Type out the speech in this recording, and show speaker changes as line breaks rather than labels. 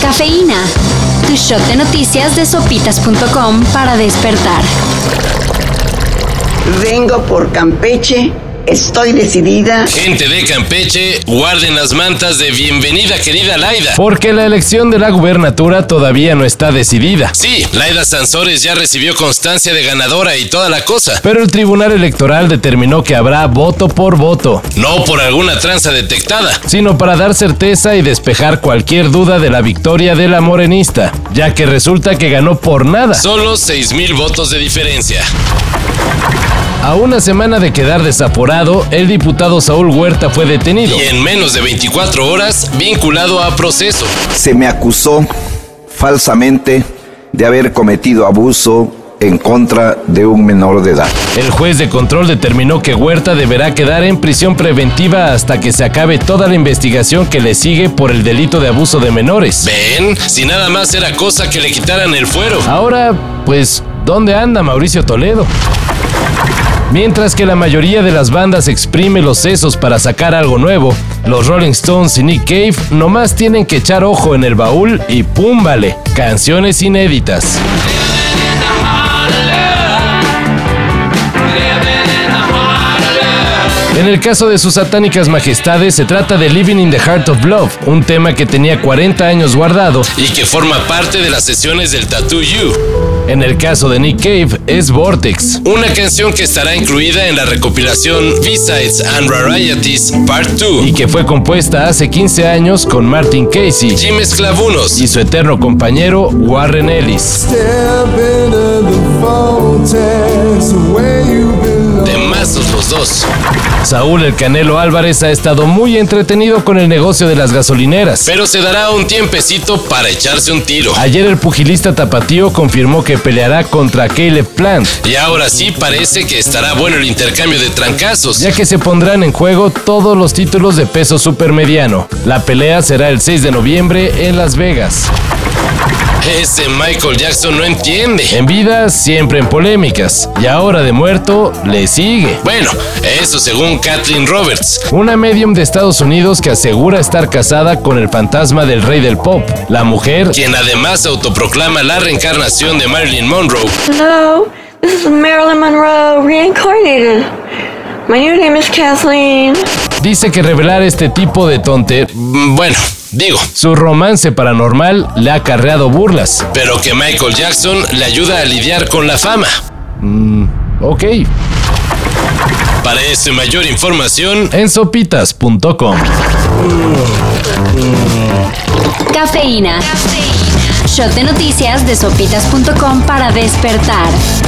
Cafeína. Tu shot de noticias de sopitas.com para despertar.
Vengo por Campeche. Estoy decidida.
Gente de Campeche, guarden las mantas de bienvenida querida Laida.
Porque la elección de la gubernatura todavía no está decidida.
Sí, Laida Sansores ya recibió constancia de ganadora y toda la cosa.
Pero el Tribunal Electoral determinó que habrá voto por voto,
No por alguna tranza detectada.
sino para dar certeza y despejar cualquier duda de la victoria de la morenista, ya que resulta que ganó por nada.
Solo 6.000 votos de diferencia.
A una semana de quedar desaforado, el diputado Saúl Huerta fue detenido.
Y en menos de 24 horas, vinculado a proceso.
se me acusó falsamente de haber cometido abuso en contra de un menor de edad.
El juez de control determinó que Huerta deberá quedar en prisión preventiva hasta que se acabe toda la investigación que le sigue por el delito de abuso de menores.
Ven, si nada más era cosa que le quitaran el fuero.
Ahora, pues, ¿dónde anda Mauricio Toledo? Mientras que la mayoría de las bandas exprime los sesos para sacar algo nuevo, los Rolling Stones y Nick Cave nomás tienen que echar ojo en el baúl y púmbale, canciones inéditas. En el caso de sus satánicas majestades se trata de Living in the Heart of Love, un tema que tenía 40 años guardado
Y que forma parte de las sesiones del Tattoo You.
En el caso de Nick Cave es Vortex.
Una canción que estará incluida en la recopilación B-Sides and Rarities Part 2.
y que fue compuesta hace 15 años con Martin Casey
Jim Esclavunos.
y su eterno compañero Warren Ellis.
De mazos los dos.
Saúl El Canelo Álvarez ha estado muy entretenido con el negocio de las gasolineras.
Pero se dará un tiempecito para echarse un tiro.
Ayer el pugilista tapatío confirmó que peleará contra Caleb Plant,
Y ahora sí parece que estará bueno el intercambio de trancazos.
ya que se pondrán en juego todos los títulos de peso supermediano. La pelea será el 6 de noviembre en Las Vegas.
Ese Michael Jackson no entiende.
En vida siempre en polémicas y ahora de muerto le sigue.
Bueno, eso según Kathleen Roberts.
Una medium de Estados Unidos que asegura estar casada con el fantasma del rey del pop. La mujer
quien además autoproclama la reencarnación de Marilyn Monroe.
Hello, this is Marilyn Monroe reincarnated. My new name is Kathleen.
dice que revelar este tipo de tonte,
Mm, Bueno, digo,
su romance paranormal le ha acarreado burlas.
pero que Michael Jackson le ayuda a lidiar con la fama.
Mm, Ok,
Para esa mayor información,
en sopitas.com.
Cafeína. Shot de noticias de sopitas.com para despertar.